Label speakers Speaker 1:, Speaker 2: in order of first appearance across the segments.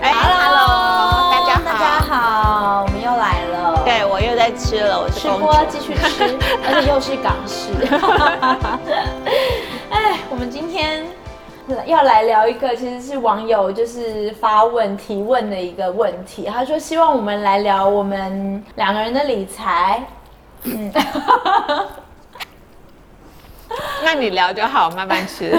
Speaker 1: 哎
Speaker 2: 哎
Speaker 1: 吃了，我是
Speaker 2: 吃
Speaker 1: 公主
Speaker 2: 播继续吃，而且又是港式。 哎，我们今天要来聊一个，其实是网友就是发问提问的一个问题。他说希望我们来聊我们两个人的理财。
Speaker 1: 那你聊就好，慢慢吃。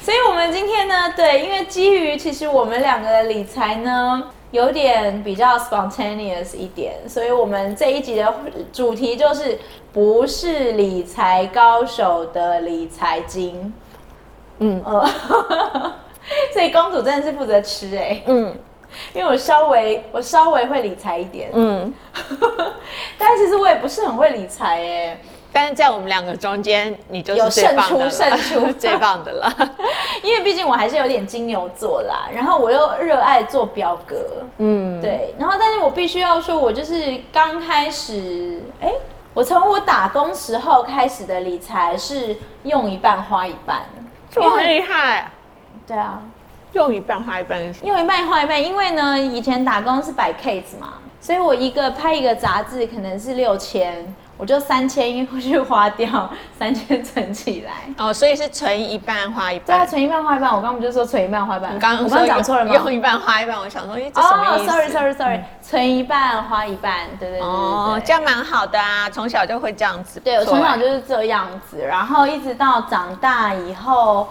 Speaker 2: 所以，我们今天呢，对，因为基于其实我们两个的理财呢，有点比较 spontaneous 一点，所以我们这一集的主题就是不是理财高手的理财经。
Speaker 1: 嗯
Speaker 2: 呃， 所以公主真的是负责吃哎、
Speaker 1: 嗯
Speaker 2: 因为我稍微我稍微会理财一点，
Speaker 1: 嗯，
Speaker 2: 但其实我也不是很会理财哎、
Speaker 1: 但是在我们两个中间，你就
Speaker 2: 有
Speaker 1: 是最
Speaker 2: 胜
Speaker 1: 棒
Speaker 2: 出
Speaker 1: 的了，
Speaker 2: 胜出
Speaker 1: 最棒的了。
Speaker 2: 因为毕竟我还是有点金牛座啦，然后我又热爱做表格，
Speaker 1: 嗯，
Speaker 2: 对，然后但是我必须要说，我就是刚开始，哎、我从我打工时候开始的理财是用一半花一半，
Speaker 1: 这么厉害，
Speaker 2: 对啊，
Speaker 1: 用一半花一半是什么
Speaker 2: 用一半花一半，因为呢以前打工是摆 case 嘛，所以我一个拍一个杂志可能是六千，我就三千去花掉， 三千存起来。
Speaker 1: 哦，所以是存一半花一
Speaker 2: 对啊，
Speaker 1: 半。
Speaker 2: 存一半花一半，我刚刚不就说存一半花一半？
Speaker 1: 你刚刚
Speaker 2: 我刚
Speaker 1: 说
Speaker 2: 刚讲错了吗？
Speaker 1: 用一半花一半，我想说，哎，这什么意思嗯
Speaker 2: s o r r y sorry sorry，、存一半花一半，对对对对对
Speaker 1: 哦，这样蛮好的啊，从小就会这样子。
Speaker 2: 对，我
Speaker 1: 不错
Speaker 2: 从小
Speaker 1: 哎
Speaker 2: 就是这样子，然后一直到长大以后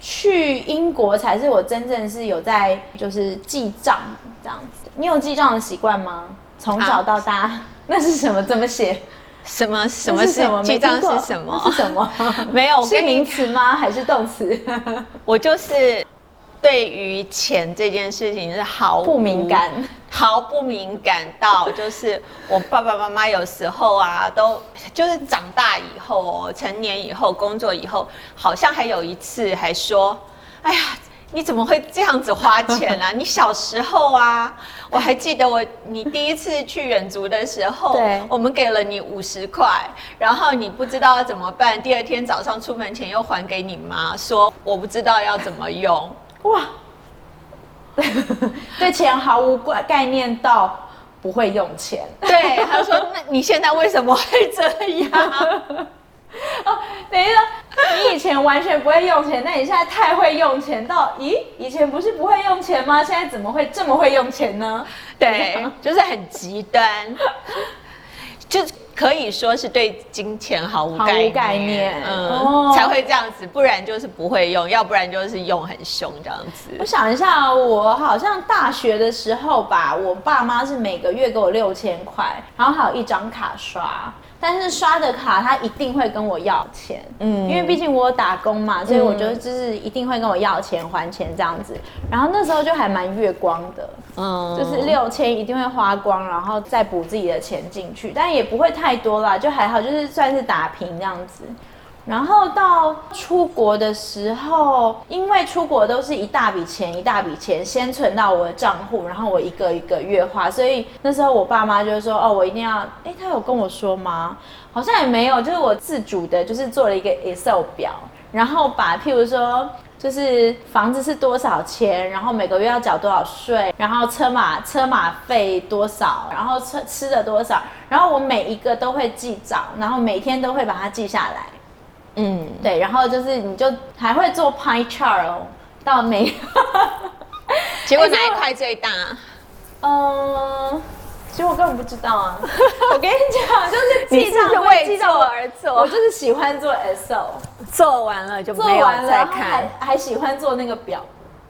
Speaker 2: 去英国，才是我真正是有在就是记账这样子。你有记账的习惯吗？从小到大，那是什么？怎么写？
Speaker 1: 什么什
Speaker 2: 那
Speaker 1: 么是
Speaker 2: 没
Speaker 1: 记
Speaker 2: 听
Speaker 1: 账
Speaker 2: 过
Speaker 1: 是什
Speaker 2: 那
Speaker 1: 么？
Speaker 2: 是什 么？
Speaker 1: 没有，我
Speaker 2: 是
Speaker 1: 跟
Speaker 2: 名
Speaker 1: 您
Speaker 2: 词吗？还是动词？
Speaker 1: 我就是对于钱这件事情是毫无
Speaker 2: 不敏感，
Speaker 1: 毫不敏感到，就是我爸爸妈妈有时候啊，都就是长大以后、哦、成年以后、工作以后，好像还有一次还说，哎呀。你怎么会这样子花钱啊？你小时候啊，我还记得我你第一次去远足的时候
Speaker 2: 对，
Speaker 1: 我们给了你五十块，然后你不知道要怎么办，第二天早上出门前又还给你妈，说我不知道要怎么用。
Speaker 2: 哇， 对钱毫无概概念到不会用钱。
Speaker 1: 对，他说：“那你现在为什么会这样
Speaker 2: 哦，等一下，你以前完全不会用钱，那你现在太会用钱到，咦，以前不是不会用钱吗？现在怎么会这么会用钱呢？？”啊
Speaker 1: 对，就是很极端， 就可以说是对金钱毫无
Speaker 2: 毫无
Speaker 1: 概念，
Speaker 2: 概念
Speaker 1: 嗯，
Speaker 2: 哦
Speaker 1: 才会这样子，不然就是不会用，要不然就是用很凶这样
Speaker 2: 我
Speaker 1: 子。
Speaker 2: 想一下，我好像大学的时候吧，我爸妈是每个月给我六千块，然后还有一张卡刷。但是刷的卡他一定会跟我要钱，嗯，因为毕竟我有打工嘛，所以我觉得就是一定会跟我要钱还钱这样子。然后那时候就还蛮月光的，
Speaker 1: 嗯，
Speaker 2: 哦就是六千一定会花光，然后再补自己的钱进去，但也不会太多啦，就还好，就是算是打平这样子。然后到出国的时候，因为出国都是一大笔钱一大笔钱先存到我的账户，然后我一个一个月花，所以那时候我爸妈就说：“哦，我一定要……诶，他有跟我说吗？好像也没有，就是我自主的，就是做了一个 Excel 表，然后把譬如说就是房子是多少钱，然后每个月要缴多少税，然后车马车马费多少，然后吃吃的多少，然后我每一个都会记账，然后每天都会把它记下来。
Speaker 1: 嗯，
Speaker 2: 对，然后就是你就还会做 pie chart 哦，到每
Speaker 1: 结果哪一块最大？
Speaker 2: 嗯，其实我根本不知道 啊。我跟你讲，就是
Speaker 1: 你
Speaker 2: 记
Speaker 1: 是
Speaker 2: 账
Speaker 1: 不是
Speaker 2: 会
Speaker 1: 为
Speaker 2: 记到
Speaker 1: 做
Speaker 2: 我哦
Speaker 1: 而做
Speaker 2: 我就是喜欢做 Excel，
Speaker 1: 哎做完了就
Speaker 2: 做
Speaker 1: 没有
Speaker 2: 完了
Speaker 1: 再
Speaker 2: 然后还
Speaker 1: 看。
Speaker 2: 还喜欢做那个表，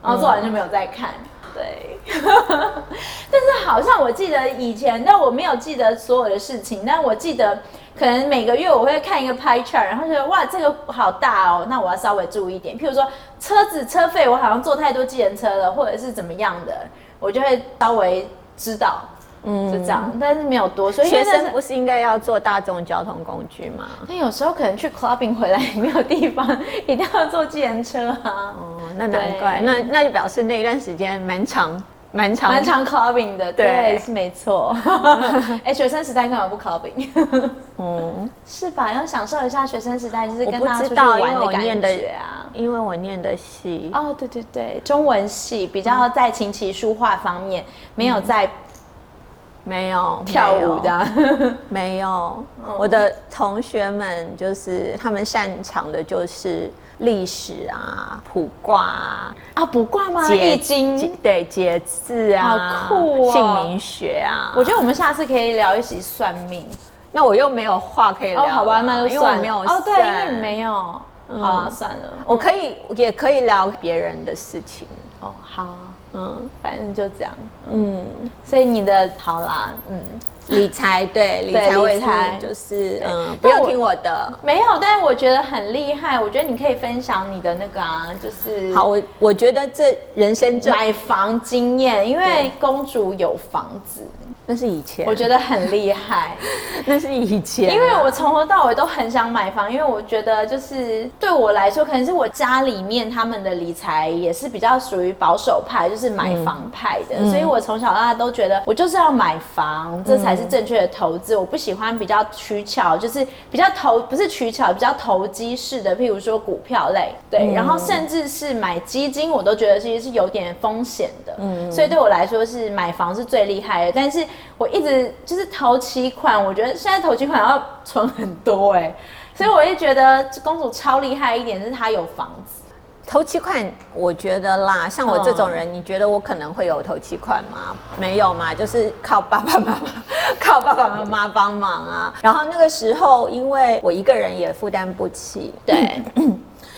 Speaker 2: 然后做完就没有再看。 对，但是好像我记得以前，但我没有记得所有的事情，但我记得可能每个月我会看一个 pie chart，然后觉得哇这个好大哦，那我要稍微注意一点。譬如说车子车费，我好像坐太多计程车了，或者是怎么样的，我就会稍微知道。嗯，就这样，但是没有多，所以因为
Speaker 1: 学
Speaker 2: 那时
Speaker 1: 生不是应该要坐大众交通工具吗？
Speaker 2: 但有时候可能去 clubbing 回来也没有地方， 一定要坐计程车啊。
Speaker 1: 哦，那难
Speaker 2: 对
Speaker 1: 怪，那那就表示那一段时间蛮长，蛮长，
Speaker 2: 蛮常 clubbing 的，
Speaker 1: 对
Speaker 2: 对，是没 错。哎、学生时代干嘛不 clubbing？
Speaker 1: 嗯，
Speaker 2: 是吧？要享受一下学生时代，就是
Speaker 1: 我
Speaker 2: 跟
Speaker 1: 不
Speaker 2: 他出
Speaker 1: 知
Speaker 2: 去
Speaker 1: 道，因
Speaker 2: 玩
Speaker 1: 为
Speaker 2: 的
Speaker 1: 我念
Speaker 2: 感
Speaker 1: 的
Speaker 2: 觉啊。
Speaker 1: 因为我念的戏，
Speaker 2: 哦，对对
Speaker 1: 嗯
Speaker 2: 对，中文系比较在琴棋书画方面，没有在
Speaker 1: 没有
Speaker 2: 跳舞的，嗯啊，
Speaker 1: 没有。我的同学们就是他们擅长的就是历史啊、卜卦啊、
Speaker 2: 啊卜卦吗？
Speaker 1: 解
Speaker 2: 易经。
Speaker 1: 对解字啊，
Speaker 2: 好酷哦
Speaker 1: 姓名学啊。
Speaker 2: 我觉得我们下次可以聊一起算命
Speaker 1: 那我又没有话可以聊
Speaker 2: 哦，
Speaker 1: 了，
Speaker 2: 好吧，那就
Speaker 1: 因为我
Speaker 2: 算了
Speaker 1: 没有
Speaker 2: 哦，对，
Speaker 1: 啊算嗯
Speaker 2: 因为你没有，好啊，算了，
Speaker 1: 我可以也可以聊别人的事情。
Speaker 2: 哦，好，
Speaker 1: 嗯
Speaker 2: 反正就这样。
Speaker 1: 嗯，
Speaker 2: 所以你的好啦，嗯，
Speaker 1: 理财对理
Speaker 2: 对
Speaker 1: 财，我也
Speaker 2: 理财
Speaker 1: 是就是嗯，不
Speaker 2: 但
Speaker 1: 要
Speaker 2: 我
Speaker 1: 听我的。
Speaker 2: 没有，但是我觉得很厉害，我觉得你可以分享你的那个啊，就是
Speaker 1: 好，我我觉得这人生这
Speaker 2: 买房经验，因为公主有房子，
Speaker 1: 那是以前，
Speaker 2: 我觉得很厉害。
Speaker 1: 得 那是以前，啊
Speaker 2: 因为我从头到尾都很想买房，因为我觉得就是对我来说，可能是我家里面他们的理财也是比较属于保守派，就是买房派的，所以我从小到大都觉得我就是要买房，这才是正确的投资。我不喜欢比较取巧，就是比较投不是取巧，比较投机式的，譬如说股票类，
Speaker 1: 嗯
Speaker 2: 对，然后甚至是买基金，我都觉得其实是有点风险的，嗯，所以对我来说是买房是最厉害的，但是我一直就是投期款，我觉得现在投期款要存很多哎、 所以我就觉得公主超厉害一点是她有房 子，
Speaker 1: 投期款，我觉得啦，像我这种
Speaker 2: 嗯
Speaker 1: 人，你觉得我可能会有投期款吗？没有嘛，就是靠爸爸妈妈， 靠爸爸妈妈帮忙啊。然后那个时候，因为我一个人也负担不起，
Speaker 2: 对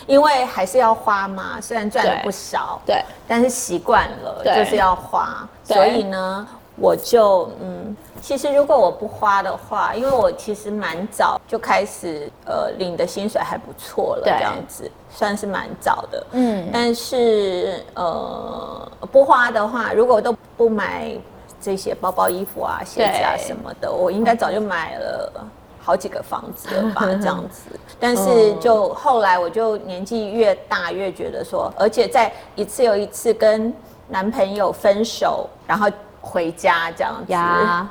Speaker 1: 因为还是要花嘛，虽然赚了
Speaker 2: 对
Speaker 1: 不少，
Speaker 2: 对，
Speaker 1: 但是习惯了，
Speaker 2: 对
Speaker 1: 就是要花，
Speaker 2: 对
Speaker 1: 所以呢，我就嗯，其实如果我不花的话，因为我其实蛮早就开始呃领的薪水还不错了，
Speaker 2: 对
Speaker 1: 这样子算是蛮早的，
Speaker 2: 嗯
Speaker 1: 但是呃不花的话，如果都不买这些包包、衣服啊、鞋子啊
Speaker 2: 对
Speaker 1: 什么的，我应该早就买了。好几个房子了 吧，这样子。但是
Speaker 2: 嗯
Speaker 1: 就后来我就年纪越大越觉得说，而且在一次又一次跟男朋友分手，然后回家这样子，
Speaker 2: 呀，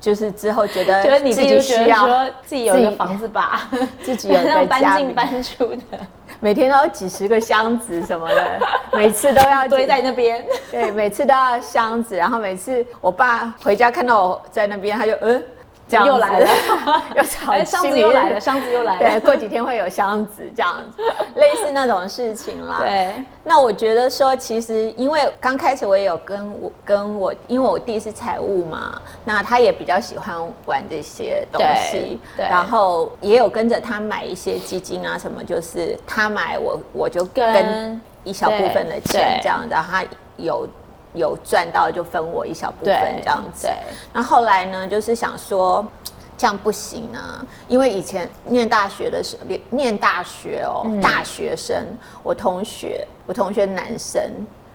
Speaker 1: 就是之后觉得
Speaker 2: 觉得你自己就觉
Speaker 1: 需
Speaker 2: 得
Speaker 1: 要
Speaker 2: 说自己有一个
Speaker 1: 自己
Speaker 2: 房子吧，
Speaker 1: 自己有 一个
Speaker 2: 那种搬
Speaker 1: 家
Speaker 2: 进
Speaker 1: 里
Speaker 2: 搬出 的
Speaker 1: 每天都有几十个箱子什么 的，每次都要
Speaker 2: 堆在那边，
Speaker 1: 对，每次都要箱子，然后每次我爸回家看到我在那边，他就嗯，这样子
Speaker 2: 又来了
Speaker 1: 又吵，
Speaker 2: 哎，箱子又来
Speaker 1: 心
Speaker 2: 了，箱子又来
Speaker 1: 里对，
Speaker 2: 了，
Speaker 1: 过几天会有箱子这样子，类似那种事情啦。，
Speaker 2: 对
Speaker 1: 那我觉得说，其实因为刚开始我也有跟我跟我，因为我弟是财务嘛，那他也比较喜欢玩这些东西，
Speaker 2: 对对
Speaker 1: 然后也有跟着他买一些基金啊什么，就是他买我我就
Speaker 2: 跟
Speaker 1: 跟一小部分的钱
Speaker 2: 对
Speaker 1: 这样，然后他有有赚到就分我一小部分
Speaker 2: 对
Speaker 1: 这样子。
Speaker 2: 对
Speaker 1: 那后来呢，就是想说。这样不行啊，因为以前念大学的时候，念大学哦，
Speaker 2: 嗯
Speaker 1: 大学生，我同学，我同学男生，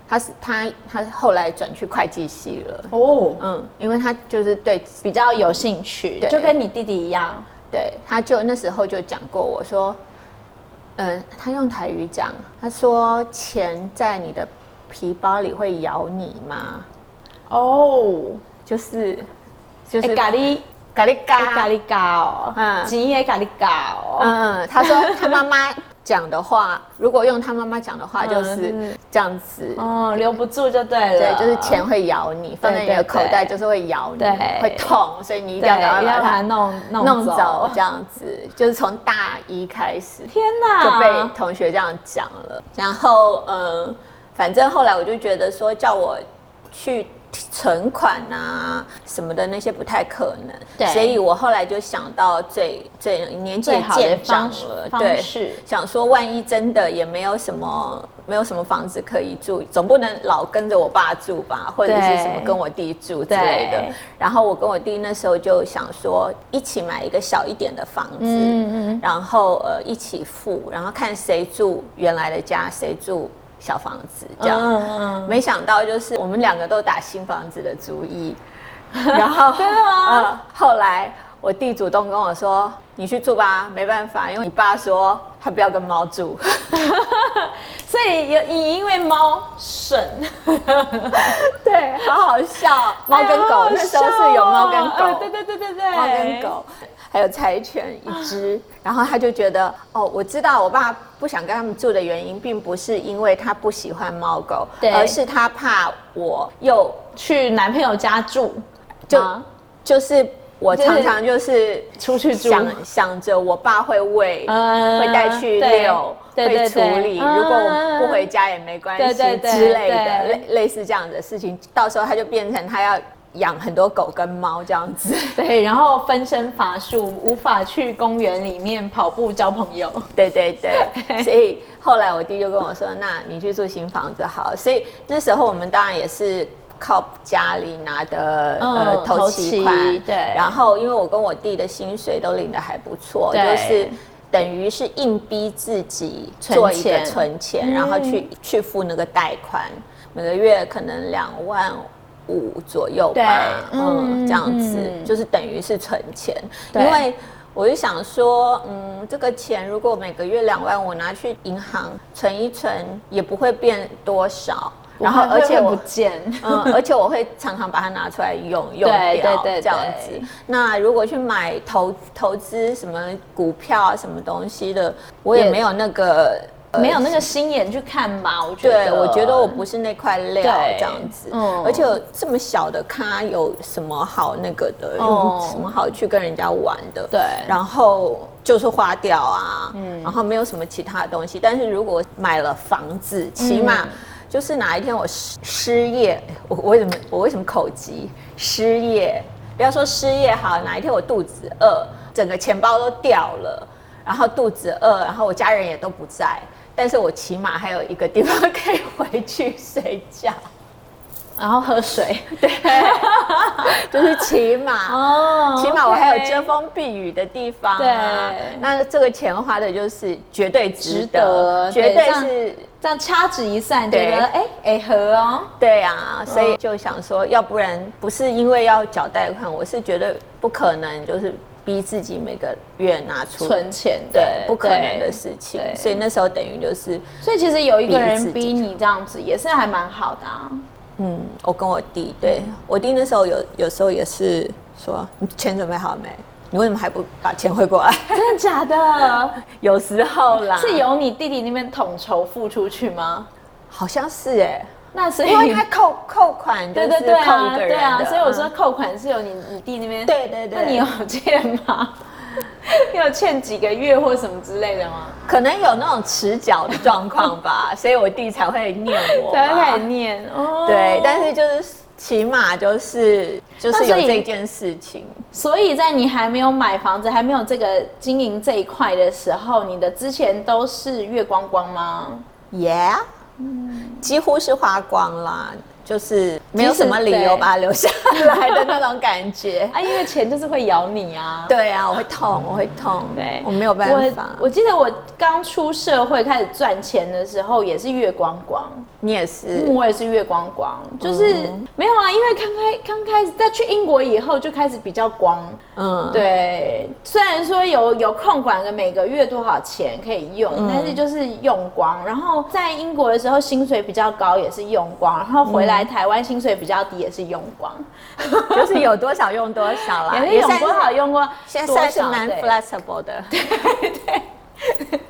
Speaker 1: 他是他他后来转去会计系了，
Speaker 2: 哦，
Speaker 1: 嗯，因为他就是对
Speaker 2: 比较有兴趣，
Speaker 1: 对
Speaker 2: 就跟你弟弟一样，
Speaker 1: 对，他就那时候就讲过我说，嗯，他用台语讲，他说钱在你的皮包里会咬你吗？
Speaker 2: 哦，
Speaker 1: 就是就
Speaker 2: 就是是哎咖喱。
Speaker 1: 咖喱
Speaker 2: 咖喱搞，
Speaker 1: 嗯
Speaker 2: 嗯，钱也咖喱搞，
Speaker 1: 嗯，他 说他妈妈讲的话，如果用他妈妈讲的话，就是
Speaker 2: 嗯
Speaker 1: 这样子。
Speaker 2: 嗯，留不住就对了，
Speaker 1: 对，就是钱会咬你，放在你的
Speaker 2: 对对
Speaker 1: 口袋就是会咬你
Speaker 2: 对，
Speaker 1: 会痛，所以你一
Speaker 2: 对，
Speaker 1: 定要赶
Speaker 2: 一定
Speaker 1: 快
Speaker 2: 要把
Speaker 1: 把
Speaker 2: 它
Speaker 1: 它
Speaker 2: 弄弄
Speaker 1: 弄
Speaker 2: 走
Speaker 1: 走，。这样子就是从大一开始
Speaker 2: 天啊
Speaker 1: 就被
Speaker 2: 哪，
Speaker 1: 同学这样讲了。然后，嗯，反正后来我就觉得说，叫我去存款啊什么的那些不太可能，
Speaker 2: 对
Speaker 1: 所以我后来就想到最最年纪
Speaker 2: 最
Speaker 1: 也
Speaker 2: 好的
Speaker 1: 渐长
Speaker 2: 方式
Speaker 1: 了，
Speaker 2: 方
Speaker 1: 对，
Speaker 2: 式
Speaker 1: 想说万一真的也没有什么没有什么房子可以住，总不能老跟着我爸住吧，或者是
Speaker 2: 对
Speaker 1: 什么跟我弟住之类的
Speaker 2: 对。
Speaker 1: 然后我跟我弟那时候就想说，一起买一个小一点的房子，
Speaker 2: 嗯
Speaker 1: 然后呃一起付，然后看谁住原来的家，谁住小房子这样。
Speaker 2: 嗯嗯，
Speaker 1: 没想到就是我们两个都打新房子的主 意，然后
Speaker 2: 真的吗
Speaker 1: 嗯后来我弟主动跟我说：“你去住吧，没办法，因为你爸说他不要跟猫住。
Speaker 2: 所以有你因为猫省，”
Speaker 1: 对，好好笑， 猫跟狗、
Speaker 2: 哎呀
Speaker 1: 那时候是有猫跟
Speaker 2: 好好笑哦
Speaker 1: 狗，
Speaker 2: 对对对对对，啊
Speaker 1: 猫跟狗，还有柴犬一只。然后他就觉得，哦，我知道我爸不想跟他们住的原因，并不是因为他不喜欢猫狗，
Speaker 2: 对
Speaker 1: 而是他怕我又
Speaker 2: 去男朋友家住，
Speaker 1: 就
Speaker 2: 啊
Speaker 1: 就是我常常就是
Speaker 2: 出去住
Speaker 1: 想想着我爸会喂，
Speaker 2: 嗯
Speaker 1: 会带去
Speaker 2: 对
Speaker 1: 遛，
Speaker 2: 对
Speaker 1: 会
Speaker 2: 对
Speaker 1: 处
Speaker 2: 对
Speaker 1: 理。
Speaker 2: 嗯
Speaker 1: 如果我不回家也没关系
Speaker 2: 对对对
Speaker 1: 之类的，
Speaker 2: 对
Speaker 1: 类类似这样的事情，到时候他就变成他要养很多狗跟猫这样子。
Speaker 2: 对，然后分身乏术，无法去公园里面跑步交朋友。
Speaker 1: 对对 对，所以后来我弟就跟我说：“那你去住新房子好。”所以那时候我们当然也是靠家里拿的、
Speaker 2: 嗯
Speaker 1: 呃头
Speaker 2: 头
Speaker 1: 期
Speaker 2: 期
Speaker 1: 款，
Speaker 2: 对
Speaker 1: 然后因为我跟我弟的薪水都领的还不错，
Speaker 2: 对
Speaker 1: 就是。等于是硬逼自己
Speaker 2: 存
Speaker 1: 做一个
Speaker 2: 钱嗯
Speaker 1: 存钱，然后去去付那个贷款，每个月可能两万五左右吧，
Speaker 2: 对
Speaker 1: 嗯，
Speaker 2: 嗯
Speaker 1: 这样子、
Speaker 2: 嗯
Speaker 1: 就是等于是存钱，因
Speaker 2: 对
Speaker 1: 为我就想说，嗯，这个钱如果每个月两万，我拿去银行存一存，也不会变多少。然后，
Speaker 2: 我怕
Speaker 1: 而且
Speaker 2: 会
Speaker 1: 我
Speaker 2: 不，见，
Speaker 1: 嗯，而且我会常常把它拿出来用用
Speaker 2: 对
Speaker 1: 掉，
Speaker 2: 对对
Speaker 1: 这样
Speaker 2: 对
Speaker 1: 子。那如果去买投投资什么股票啊、什么东西的，我也
Speaker 2: 也
Speaker 1: 没有那个，呃
Speaker 2: 没有那个心眼去看吧？我觉得，
Speaker 1: 对，我觉得我不是那块料
Speaker 2: 对
Speaker 1: 这样子，
Speaker 2: 嗯
Speaker 1: 而且这么小的咖有什么好那个的，有
Speaker 2: 哦
Speaker 1: 什么好去跟人家玩的？
Speaker 2: 对
Speaker 1: 然后就是花掉啊，
Speaker 2: 嗯
Speaker 1: 然后没有什么其他的东西。但是如果买了房子，起码
Speaker 2: 嗯
Speaker 1: 就是哪一天我失失业，我我为什么我为什么口急？失业，不要说失业好，哪一天我肚子饿，整个钱包都掉了，然后肚子饿，然后我家人也都不在，但是我起码还有一个地方可以回去睡觉，
Speaker 2: 然后喝水。
Speaker 1: 就是起码。
Speaker 2: 哦
Speaker 1: 起码我还有遮
Speaker 2: 这
Speaker 1: 风避雨的地方、啊。
Speaker 2: 对
Speaker 1: 那这个钱花的就是绝对值
Speaker 2: 值
Speaker 1: 得，
Speaker 2: 得
Speaker 1: 绝
Speaker 2: 对
Speaker 1: 对
Speaker 2: 这样
Speaker 1: 是。
Speaker 2: 这样掐指一算，觉
Speaker 1: 对
Speaker 2: 得哎哎合哦。
Speaker 1: 对啊，所以就想说，要不然不是因为要缴贷款，我是觉得不可能，就是逼自己每个月拿出
Speaker 2: 存钱的
Speaker 1: 对，不可能的
Speaker 2: 对
Speaker 1: 事情。
Speaker 2: 对
Speaker 1: 所以那时候等于就是，
Speaker 2: 所以其实有一个人
Speaker 1: 逼自己
Speaker 2: 逼你这样子，也是还蛮好的啊。
Speaker 1: 嗯，我跟我弟，对
Speaker 2: 嗯
Speaker 1: 我弟那时候有有时候也是说，你钱准备好没？你为什么还不把钱汇过来？
Speaker 2: 真的 假的？
Speaker 1: 有时候啦，
Speaker 2: 是由你弟弟那边统筹付出去吗？
Speaker 1: 好像是哎、
Speaker 2: 那所以
Speaker 1: 因为 他扣扣款就
Speaker 2: 对
Speaker 1: 是
Speaker 2: 对对
Speaker 1: 扣
Speaker 2: 啊，
Speaker 1: 一个人
Speaker 2: 对啊，
Speaker 1: 的
Speaker 2: 所以我说
Speaker 1: 嗯
Speaker 2: 扣款是由你你弟那边。
Speaker 1: 对对对
Speaker 2: 那你有欠吗？ 你有欠几个月或什么之类的吗？
Speaker 1: 可能有那种迟缴的状况 吧，所以我弟才会念我
Speaker 2: 才会
Speaker 1: 吧
Speaker 2: 开始念哦。
Speaker 1: 对，但是就是起码就是就是有
Speaker 2: 那所以
Speaker 1: 这件事情，
Speaker 2: 所以在你还没有买房子、还没有这个经营这一块的时候，你的之前都是月光光吗？
Speaker 1: 耶、yeah?，几嗯乎是花光啦，就是没有什么理
Speaker 2: 即
Speaker 1: 由
Speaker 2: 使
Speaker 1: 把它留下来的那种感 觉。
Speaker 2: 啊，因为钱就是会咬你啊。
Speaker 1: 对啊，我会痛，我会痛，
Speaker 2: 对，
Speaker 1: 我没有办法。
Speaker 2: 我我记得我刚出社会开始赚钱的时候，也是月光光，
Speaker 1: 你也是，
Speaker 2: 嗯我也是月光光，就是、
Speaker 1: 嗯
Speaker 2: 没有啊，因为刚开刚开始在去英国以后就开始比较光。
Speaker 1: 嗯，
Speaker 2: 对，虽然说有有空管个每个月多少钱可以用，但是就是用光。然后在英国的时候薪水比较高也是用光，然后回来台湾薪水比较低也是用光，啊
Speaker 1: 就是有多少用多少啦，
Speaker 2: 也是用
Speaker 1: 现在
Speaker 2: 多少用过
Speaker 1: 现在
Speaker 2: 多
Speaker 1: 算是
Speaker 2: 少，
Speaker 1: 蛮
Speaker 2: 对
Speaker 1: flexible 的，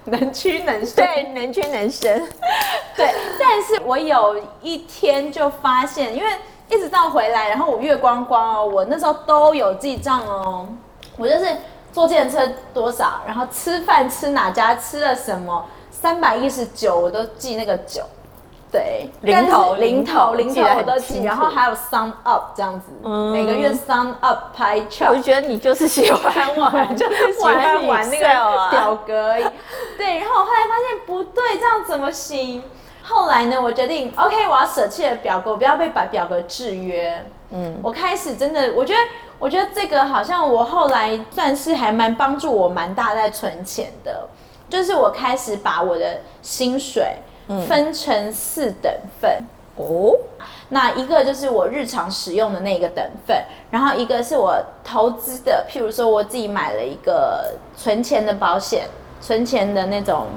Speaker 2: 能屈能伸。
Speaker 1: 对，能屈能伸。
Speaker 2: 对，但是我有一天就发现，因为一直到回来，然后我月光光哦，我那时候都有记账哦，我就是坐电车多少，然后吃饭吃哪家吃了什么，三百一十九我都记那个九。对，
Speaker 1: 零
Speaker 2: 但是
Speaker 1: 头零
Speaker 2: 零
Speaker 1: 头
Speaker 2: 头，零
Speaker 1: 记
Speaker 2: 头
Speaker 1: 得
Speaker 2: 我
Speaker 1: 很
Speaker 2: 都
Speaker 1: 清
Speaker 2: 记，
Speaker 1: 楚
Speaker 2: 然后还有 sum up 这样子，
Speaker 1: 嗯
Speaker 2: 每个月 sum up pie
Speaker 1: 我
Speaker 2: chart，
Speaker 1: 就觉得你就是喜欢 玩， 就是喜欢
Speaker 2: 玩
Speaker 1: 玩
Speaker 2: 玩
Speaker 1: 那
Speaker 2: 那
Speaker 1: 个表
Speaker 2: 个表格而已。 对，然后我后来发现不对，这样怎么行？后来呢，我决定 OK，我要舍弃了表格，我不要被把表格制约。嗯，我开始真的，我觉得，我觉得这个好像我后来算是还蛮帮助我蛮大在存钱的，就是我开始把我的薪水分成四等份。
Speaker 1: 哦，
Speaker 2: 那一个就是我日常使用的那个等份，然后一个是我投资的，譬如说我自己买了一个存钱的保险，存钱的那种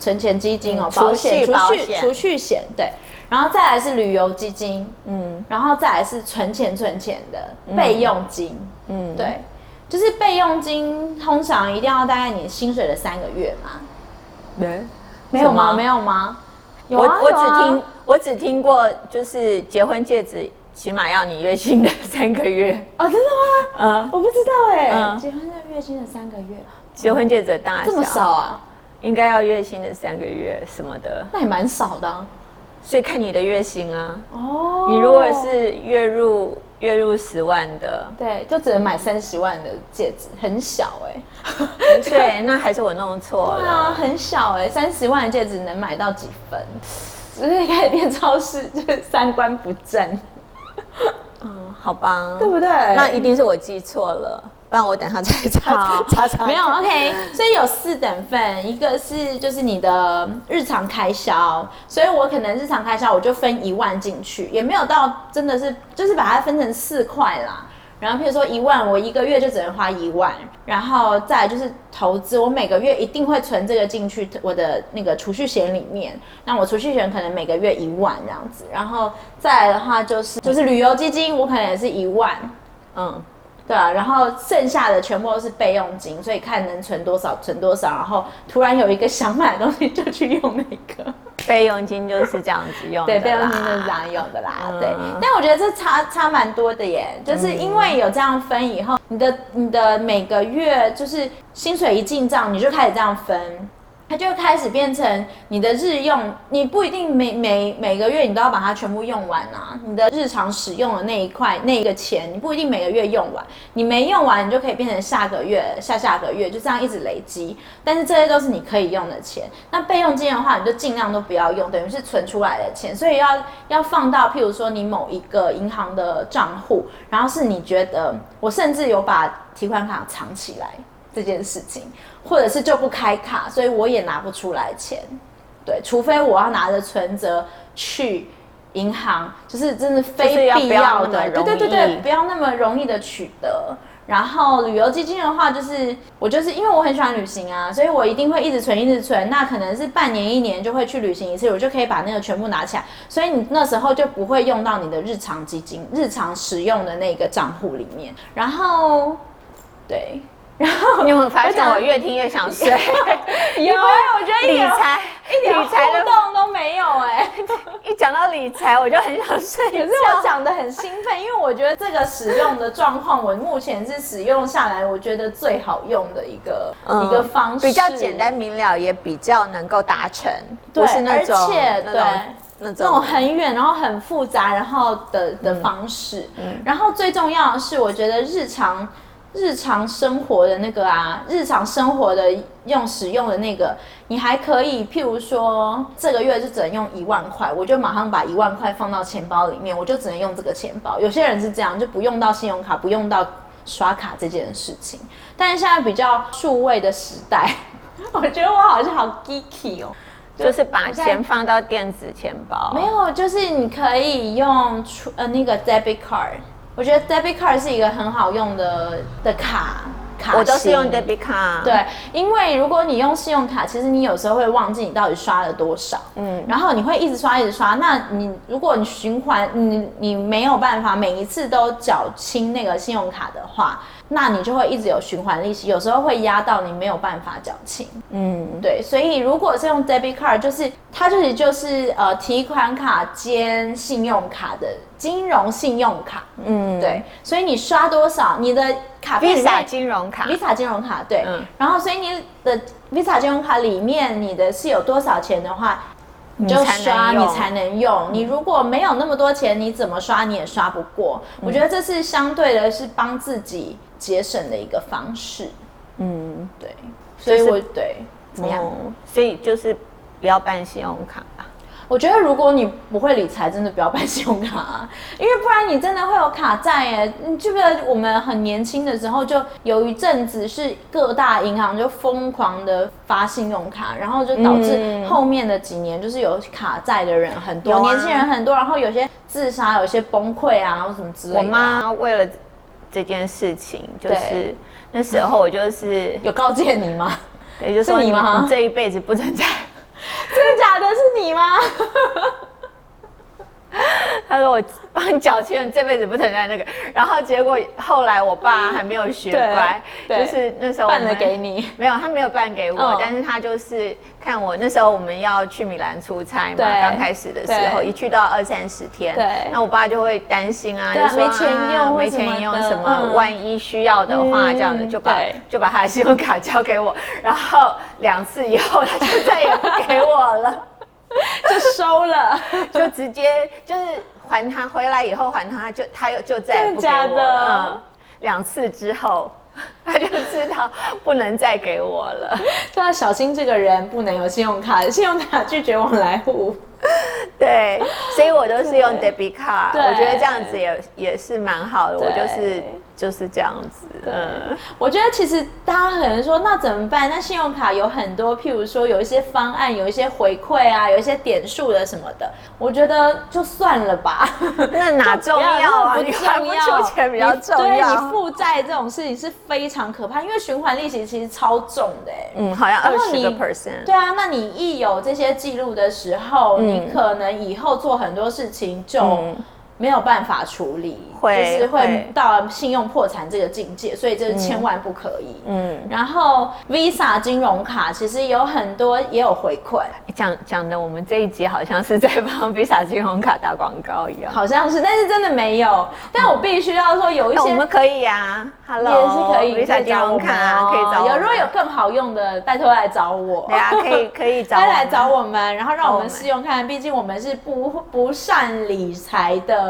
Speaker 2: 存钱基金哦
Speaker 1: 嗯，
Speaker 2: 保险、
Speaker 1: 储蓄
Speaker 2: 储
Speaker 1: 保
Speaker 2: 蓄、
Speaker 1: 险
Speaker 2: 储蓄险，对。然后再来是旅游基金，
Speaker 1: 嗯
Speaker 2: 然后再来是存钱存钱的备用金，
Speaker 1: 嗯，
Speaker 2: 对，就是备用金通常一定要大概你薪水的三个月嘛，
Speaker 1: 对，
Speaker 2: 没有吗？没有吗？有
Speaker 1: 我
Speaker 2: 啊
Speaker 1: 我
Speaker 2: 有啊
Speaker 1: 只听我只听过就是结婚戒指起码要你月薪的三个 月。
Speaker 2: 哦，真的吗？
Speaker 1: 嗯，
Speaker 2: 我不知道哎、
Speaker 1: 嗯
Speaker 2: 结婚的月薪的三个月，
Speaker 1: 结婚戒指大小
Speaker 2: 这么少，啊？
Speaker 1: 应该要月薪的三个月什么的，
Speaker 2: 那也蛮少的、啊、
Speaker 1: 所以看你的月薪啊。
Speaker 2: 哦。
Speaker 1: 你如果是月入月入十万 的，
Speaker 2: 对，就只能买三十万的戒指，很小哎、
Speaker 1: 对，那还是我弄错
Speaker 2: 对啊，
Speaker 1: 了。
Speaker 2: 很小哎、三十万的戒指能买到几 分？所以开店超市就是三观不正，
Speaker 1: 嗯，好吧，
Speaker 2: 对不对？
Speaker 1: 那一定是我记错了，不然我等下再查
Speaker 2: 好
Speaker 1: 查查。
Speaker 2: 没有 OK，所以有四等份，一个是就是你的日常开销，所以我可能日常开销我就分一万进去，也没有到真的是就是把它分成四块啦。然后譬如说一万，我一个月就只能花一万，然后再来就是投资，我每个月一定会存这个进去我的那个储蓄险里面。那我储蓄险可能每个月一万这样子，然后再来的话就是就是旅游基金，我可能也是一万，
Speaker 1: 嗯，
Speaker 2: 对啊，然后剩下的全部都是备用金，所以看能存多少存多少，然后突然有一个想买的东西就去用那个，
Speaker 1: 备用金就是这样子用的
Speaker 2: 对，
Speaker 1: 啦。
Speaker 2: 备用金就是这样用的啦，嗯
Speaker 1: 嗯
Speaker 2: 对。但我觉得这差差蛮多的耶，就是因为有这样分以后，你的你的每个月就是薪水一进账，你就开始这样分。它就开始变成你的日用，你不一定每每每个月你都要把它全部用完啊。你的日常使用的那一块那一个钱，你不一定每个月用完，你没用完，你就可以变成下个月、下下个月，就这样一直累积。但是这些都是你可以用的钱。那备用金的话，你就尽量都不要用，等于是存出来的钱，所以要要放到譬如说你某一个银行的账户，然后是你觉得我甚至有把提款卡藏起来这件事情，或者是就不开卡，所以我也拿不出来钱。对，除非我要拿着存折去银行，就是真的
Speaker 1: 就是
Speaker 2: 非
Speaker 1: 要
Speaker 2: 必
Speaker 1: 不要
Speaker 2: 要
Speaker 1: 那么
Speaker 2: 的，对
Speaker 1: 容
Speaker 2: 对对
Speaker 1: 易
Speaker 2: 对，不要那么容易的取得。然后旅游基金的话，就是我就是因为我很喜欢旅行啊，所以我一定会一直存，一直存。那可能是半年、一年就会去旅行一次，我就可以把那个全部拿起来。所以你那时候就不会用到你的日常基金、日常使用的那个账户里面。然后，对，然后
Speaker 1: 你有没有发
Speaker 2: 我
Speaker 1: 现
Speaker 2: 讲
Speaker 1: 我越听越想 睡？
Speaker 2: 有啊，我觉得
Speaker 1: 理
Speaker 2: 有
Speaker 1: 财，
Speaker 2: 一点
Speaker 1: 理财
Speaker 2: 互
Speaker 1: 的，
Speaker 2: 动都没有哎、
Speaker 1: 一讲到理财我就很想睡觉。
Speaker 2: 可是我讲的很兴奋，因为我觉得这个使用的状况，我目前是使用下来，我觉得最好用的一个、一个方
Speaker 1: 嗯
Speaker 2: 式，
Speaker 1: 比较简单，明了，也比较能够达成，
Speaker 2: 对
Speaker 1: 不是那种
Speaker 2: 而且
Speaker 1: 那
Speaker 2: 对
Speaker 1: 种那
Speaker 2: 那种
Speaker 1: 种
Speaker 2: 很远，然后很复杂，然后的的方式。然后最重要的是，我觉得日常日常生活的那个啊，日常生活的用使用的那个，你还可以，譬如说这个月就只能用一万块，我就马上把一万块放到钱包里面，我就只能用这个钱包。有些人是这样，就不用到信用卡，不用到刷卡这件事情。但是现在比较数位的时代， 我觉得我好像好 geeky 哦。
Speaker 1: 就是把
Speaker 2: 我现在
Speaker 1: 钱放到电子钱包。
Speaker 2: 没有，就是你可以用出呃那个 debit card，我觉得 debit card 是一个很好用的的卡卡型。
Speaker 1: 我都是用 debit 卡。
Speaker 2: 对，因为如果你用信用卡，其实你有时候会忘记你到底刷了多少，嗯，然后你会一直刷一直刷。那你如果你循环，你你没有办法每一次都缴清那个信用卡的话，那你就会一直有循环利息，有时候会压到你没有办法缴清。
Speaker 1: 嗯，
Speaker 2: 对，所以如果是用 debit card，就是它就是就是呃提款卡兼信用卡的金融信用卡，嗯，对，所以你刷多少，你的卡片里
Speaker 1: ，Visa
Speaker 2: 面
Speaker 1: 金融卡。
Speaker 2: Visa 金融卡对，
Speaker 1: 嗯
Speaker 2: 然后所以你的 Visa 金融卡里面你的是有多少钱的话，你就
Speaker 1: 才能
Speaker 2: 刷你
Speaker 1: 用
Speaker 2: 才能用。你如果没有那么多钱，你怎么刷你也刷不过。
Speaker 1: 嗯
Speaker 2: 我觉得这是相对的是帮自己节省的一个方式，
Speaker 1: 嗯，
Speaker 2: 对，所以
Speaker 1: 就是
Speaker 2: 我对怎么样？
Speaker 1: 哦，所以就是不要办信用卡吧。
Speaker 2: 我觉得如果你不会理财，真的不要办信用卡、啊，因为不然你真的会有卡债耶。你记不记得我们很年轻的时候，就有一阵子是各大银行就疯狂的发信用卡，然后就导致
Speaker 1: 嗯
Speaker 2: 后面的几年就是有卡债的人很多，
Speaker 1: 有啊
Speaker 2: 年轻人很多，然后有些自杀，有些崩溃啊，或什么之类的。
Speaker 1: 我妈为了这件事情，就是
Speaker 2: 对
Speaker 1: 那时候我 就是，
Speaker 2: 有告诫你吗？
Speaker 1: 也就是说
Speaker 2: 是你吗
Speaker 1: 你这一辈子 不准再
Speaker 2: 真的假的？是你吗？
Speaker 1: 他说我帮你缴钱，你这辈子不存在那个。然后结果后来我爸还没有学乖，
Speaker 2: 对
Speaker 1: 就
Speaker 2: 对
Speaker 1: 是那时候我
Speaker 2: 办
Speaker 1: 们
Speaker 2: 了给你。
Speaker 1: 没有，他没有办给我，
Speaker 2: 嗯
Speaker 1: 但是他就是看我那时候我们要去米兰出差嘛，
Speaker 2: 对
Speaker 1: 刚开始的时候
Speaker 2: 对
Speaker 1: 一去到二三十天，
Speaker 2: 对
Speaker 1: 那我爸就会担心啊，
Speaker 2: 对啊
Speaker 1: 就说
Speaker 2: 没钱用或
Speaker 1: 没
Speaker 2: 什么
Speaker 1: 钱用
Speaker 2: 的
Speaker 1: 什么，
Speaker 2: 嗯
Speaker 1: 万一需要的话，
Speaker 2: 嗯
Speaker 1: 这样的就把
Speaker 2: 对
Speaker 1: 就把他的信用卡交给我，然后两次以后他就再也不给我了，
Speaker 2: 就收了，
Speaker 1: 就直接就是还他回来以后还他，他就他又就再也不给
Speaker 2: 真的假
Speaker 1: 我了，
Speaker 2: 的
Speaker 1: 嗯两次之后 他就知道不能再给我了。
Speaker 2: 就要啊小心这个人不能有信用卡，信用卡拒绝往来户。
Speaker 1: 对，所以我都是用
Speaker 2: 对
Speaker 1: debit card，
Speaker 2: 对
Speaker 1: 我觉得这样子也也是蛮好的。我就是
Speaker 2: 对
Speaker 1: 就是这样子，嗯，
Speaker 2: 我觉得其实大家可能说，那怎么办？那信用卡有很多，譬如说有一些方案，有一些回馈啊，有一些点数的什么的，我觉得就算了 吧。
Speaker 1: 那哪重要啊？
Speaker 2: 不
Speaker 1: 你还不
Speaker 2: 重要，
Speaker 1: 出钱比较
Speaker 2: 你
Speaker 1: 重
Speaker 2: 对
Speaker 1: 要
Speaker 2: 你。负债这种事情是非常可怕，因为循环利息其实超重的、欸。
Speaker 1: 嗯，好像二
Speaker 2: 然后
Speaker 1: 十
Speaker 2: 你
Speaker 1: 个 percent
Speaker 2: 对。啊，那你一有这些记录的时候，你可能以后做很多事情就
Speaker 1: 嗯
Speaker 2: 没有办法处理，
Speaker 1: 会
Speaker 2: 就是
Speaker 1: 会
Speaker 2: 会到信用破产这个境界，所以这千万不可以。
Speaker 1: 嗯，
Speaker 2: 然后 Visa 金融卡其实有很多也有回馈，
Speaker 1: 讲讲的我们这一集好像是在帮 Visa 金融卡打广告一样。
Speaker 2: 好像是，但是真的没有。但我必须要说，有一
Speaker 1: 那我
Speaker 2: 些
Speaker 1: 们可以呀，Hello，
Speaker 2: 也是可以
Speaker 1: Visa
Speaker 2: 再
Speaker 1: 金
Speaker 2: 找
Speaker 1: 融
Speaker 2: 我们
Speaker 1: 卡啊
Speaker 2: 哦
Speaker 1: 可以找我
Speaker 2: 有，
Speaker 1: 们。
Speaker 2: 如果有更好用的，拜托来找我。
Speaker 1: 对啊，可以可以找
Speaker 2: 再
Speaker 1: 我
Speaker 2: 来
Speaker 1: 们
Speaker 2: 找我们，然后让我
Speaker 1: 找我们
Speaker 2: 们试用看，毕竟我们是不不善理财的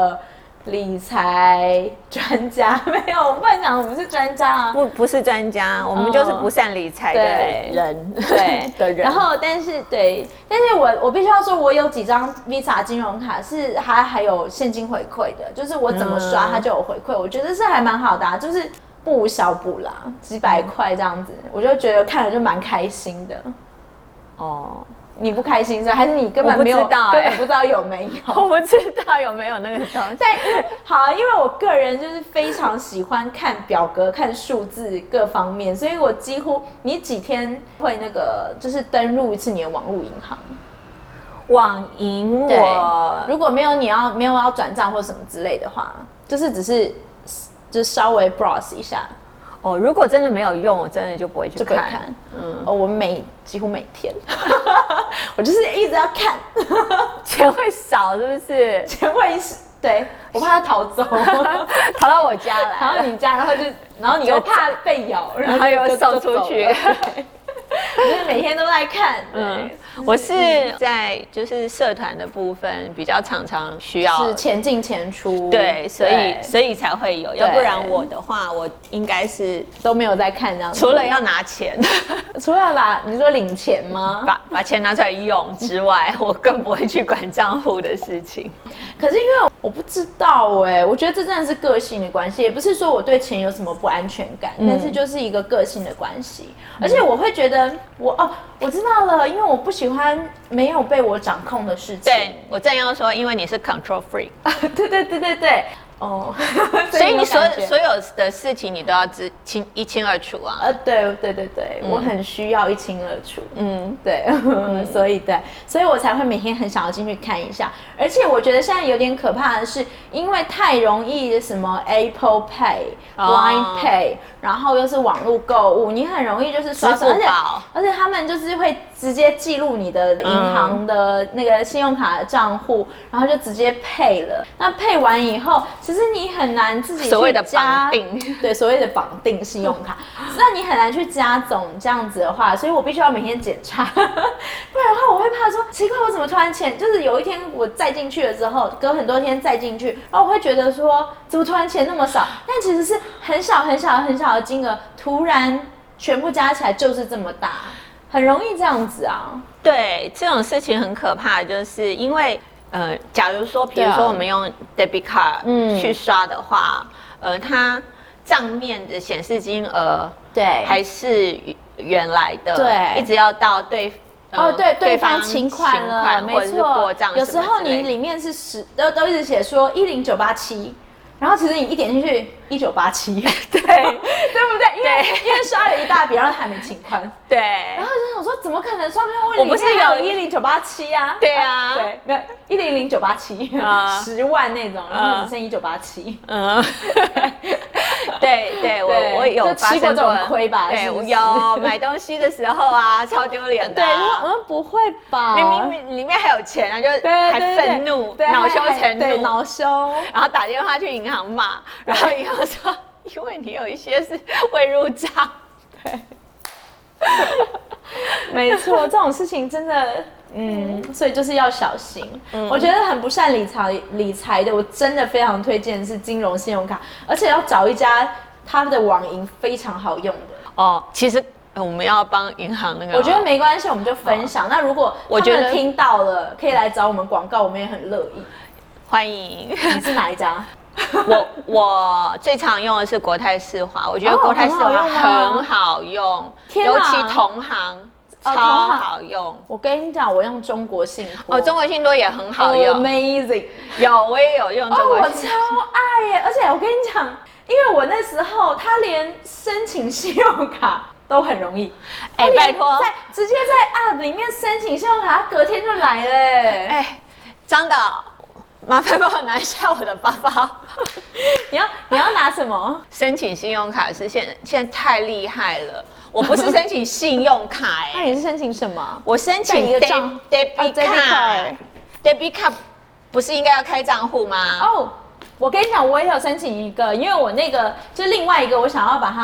Speaker 2: 理财专家，没有，我不能讲我们是专家 啊。
Speaker 1: 不不是专家，我们就是
Speaker 2: 嗯
Speaker 1: 不善理财
Speaker 2: 对
Speaker 1: 的人，
Speaker 2: 对
Speaker 1: 的人。
Speaker 2: 然后但是对，但是我我必须要说，我有几张 Visa 金融卡是它还有现金回馈的，就是我怎么刷
Speaker 1: 嗯
Speaker 2: 它就有回馈，我觉得是还蛮好的、啊，就是不无小补啦，几百块这样子，我就觉得看了就蛮开心的。
Speaker 1: 哦，
Speaker 2: 你不开心是吧还是你根本
Speaker 1: 我不
Speaker 2: 没有
Speaker 1: 知道
Speaker 2: 根
Speaker 1: 欸
Speaker 2: 本不知道有没有？
Speaker 1: 我不知道有没有那个东西。
Speaker 2: 但因为 好，因为我个人就是非常喜欢看表格、看数字各方面，所以我几乎你几天会那个就是登录一次你的网络银行。
Speaker 1: 网银我
Speaker 2: 如果没有你要没有要转账或什么之类的话，就是只是就稍微 browse 一下
Speaker 1: 哦，如果真的没有用，我真的就不会去
Speaker 2: 就可以
Speaker 1: 看。
Speaker 2: 看。嗯，哦，我每几乎每天， 我就是一直要看，？
Speaker 1: 钱会少是不是
Speaker 2: 前会是对我怕它逃走。
Speaker 1: 跑到我家
Speaker 2: 然
Speaker 1: 来，
Speaker 2: 后你家，然后就，然后你又
Speaker 1: 就
Speaker 2: 怕被咬，然
Speaker 1: 然
Speaker 2: 后
Speaker 1: 后
Speaker 2: 又
Speaker 1: 又送出去。
Speaker 2: 就是每天都在看。
Speaker 1: 嗯
Speaker 2: 嗯，，
Speaker 1: 我是在就是社团的部分比较常常需要
Speaker 2: 是前进前出。
Speaker 1: 对，所以所以才会有，要不
Speaker 2: 对
Speaker 1: 然我的话，我应该是
Speaker 2: 都没有在看这样子。
Speaker 1: 除了要拿钱
Speaker 2: 除了把你说领钱吗？
Speaker 1: 把把钱拿出来用之外，我更不会去管账户的事情。
Speaker 2: 可是因为我不知道哎、我觉得这真的是个性的关系，也不是说我对钱有什么不安全感，但是就是一个个性的关系。而且我会觉得我哦，我知道了，因为我不喜欢没有被我掌控的事情。
Speaker 1: 对我正要说，因为你是 control freak，
Speaker 2: 对对对对对，哦，
Speaker 1: 所以你所
Speaker 2: 有感觉
Speaker 1: 所有的事情你都要知清一清二楚啊。
Speaker 2: 呃，对对对对，
Speaker 1: 嗯
Speaker 2: 我很需要一清二楚，嗯， 对，所以对，所以我才会每天很想要进去看一下。而且我觉得现在有点可怕的是，因为太容易什么 Apple Pay、
Speaker 1: 哦
Speaker 2: Line Pay，然后又是网络购物，你很容易就是刷
Speaker 1: 支
Speaker 2: 手，
Speaker 1: 付
Speaker 2: 而且
Speaker 1: 宝
Speaker 2: 而且他们就是会直接记录你的
Speaker 1: 嗯
Speaker 2: 银行的那个信用卡的账户，然后就直接配了。那配完以后，其实你很难自己去
Speaker 1: 所谓的
Speaker 2: 加
Speaker 1: 绑定，
Speaker 2: 对所谓的绑定信用 卡，那你很难去加总这样子的话，所以我必须要每天检查， 不然的话我会怕说奇怪，我怎么突然钱就是有一天我再进去了之后，隔很多天再进去，然后我会觉得说怎么突然钱那么少，但其实是很小很小很小的金额，突然全部加起来就是这么大，很容易这样子啊，
Speaker 1: 对，这种事情很可怕，就是因为呃，假如说，比如
Speaker 2: 对啊
Speaker 1: 说我们用 debit card
Speaker 2: 嗯
Speaker 1: 去刷的话，呃，它账面的显示金额
Speaker 2: 对，
Speaker 1: 还是原来的，
Speaker 2: 对
Speaker 1: 一直要到对。呃
Speaker 2: 哦，对，对方请款
Speaker 1: 请
Speaker 2: 了，
Speaker 1: 或者
Speaker 2: 没
Speaker 1: 是过
Speaker 2: 错
Speaker 1: 账。
Speaker 2: 有
Speaker 1: 什
Speaker 2: 时
Speaker 1: 么
Speaker 2: 候
Speaker 1: 之类
Speaker 2: 你
Speaker 1: 的
Speaker 2: 里面是十，都都一直写说一零九八七，然后其实你一点进去一九 八 七，对对不对？因为因为刷了一大笔，然后还没请款，
Speaker 1: 对
Speaker 2: 然后就我说怎么可能双黑屋？
Speaker 1: 我不是
Speaker 2: 里面
Speaker 1: 有
Speaker 2: 有一零九八七啊？
Speaker 1: 对啊
Speaker 2: 对，没有一零零九八七
Speaker 1: 啊，
Speaker 2: 十万那种，然后
Speaker 1: 啊
Speaker 2: 只剩一九八七。
Speaker 1: 嗯， 对对，
Speaker 2: 对
Speaker 1: 我我有
Speaker 2: 就
Speaker 1: 发
Speaker 2: 吃过
Speaker 1: 生
Speaker 2: 这种亏吧
Speaker 1: 对，
Speaker 2: 是不
Speaker 1: 我
Speaker 2: 是
Speaker 1: 有买东西的时候啊， 超丢脸的
Speaker 2: 对，我说
Speaker 1: 啊、
Speaker 2: 嗯不会吧？
Speaker 1: 明明里面还有钱啊，就
Speaker 2: 啊对对
Speaker 1: 还
Speaker 2: 对
Speaker 1: 愤怒，
Speaker 2: 对
Speaker 1: 恼
Speaker 2: 还
Speaker 1: 羞
Speaker 2: 还
Speaker 1: 成
Speaker 2: 对
Speaker 1: 怒，
Speaker 2: 恼羞。
Speaker 1: 然后打电话去银行骂，然后银行说，因为你有一些是未入账，
Speaker 2: 没错，这种事情真的，嗯，所以就是要小心。我觉得很不善理财理财的，我真的非常推荐是金融信用卡，而且要找一家它的网银非常好用的。
Speaker 1: 哦，其实呃我们要帮银行那个，
Speaker 2: 我觉得没关系，我们就分享。那如果
Speaker 1: 我
Speaker 2: 他
Speaker 1: 觉
Speaker 2: 们
Speaker 1: 得
Speaker 2: 听到了，可以来找我们广告，我们也很乐意。
Speaker 1: 欢迎。
Speaker 2: 你是哪一家？
Speaker 1: 我我最常用的是国泰世华，我觉得
Speaker 2: 哦
Speaker 1: 国泰世华
Speaker 2: 很好用啊
Speaker 1: 很好用，
Speaker 2: 天
Speaker 1: 尤
Speaker 2: 啊
Speaker 1: 其哦同行超
Speaker 2: 同行
Speaker 1: 好用。哦
Speaker 2: 我跟你讲，我用中国信托。
Speaker 1: 哦，中国信托也很好用，
Speaker 2: amazing。
Speaker 1: 有我也有用中
Speaker 2: 哦，
Speaker 1: 国
Speaker 2: 我
Speaker 1: 信
Speaker 2: 超爱耶！而且我跟你讲，因为我那时候他连申请信用卡都很容易，
Speaker 1: 哎
Speaker 2: 他连
Speaker 1: 拜托
Speaker 2: 在直接在 App 里面申请信用卡，他隔天就来了耶。
Speaker 1: 哎，张导，麻烦帮我拿一下我的包包。
Speaker 2: 你要你要拿什么？
Speaker 1: 申请信用卡是现现在太厉害了，我不是申请信用卡哎、
Speaker 2: 那你是申请什么？
Speaker 1: 我申
Speaker 2: 在你
Speaker 1: 请
Speaker 2: 的
Speaker 1: de
Speaker 2: 账
Speaker 1: 哦 debit
Speaker 2: debit
Speaker 1: card
Speaker 2: card
Speaker 1: debit card 不是应该要开账户吗？
Speaker 2: 哦，我跟你讲，我也有申请一个，因为我那个就是另外一个，我想要把它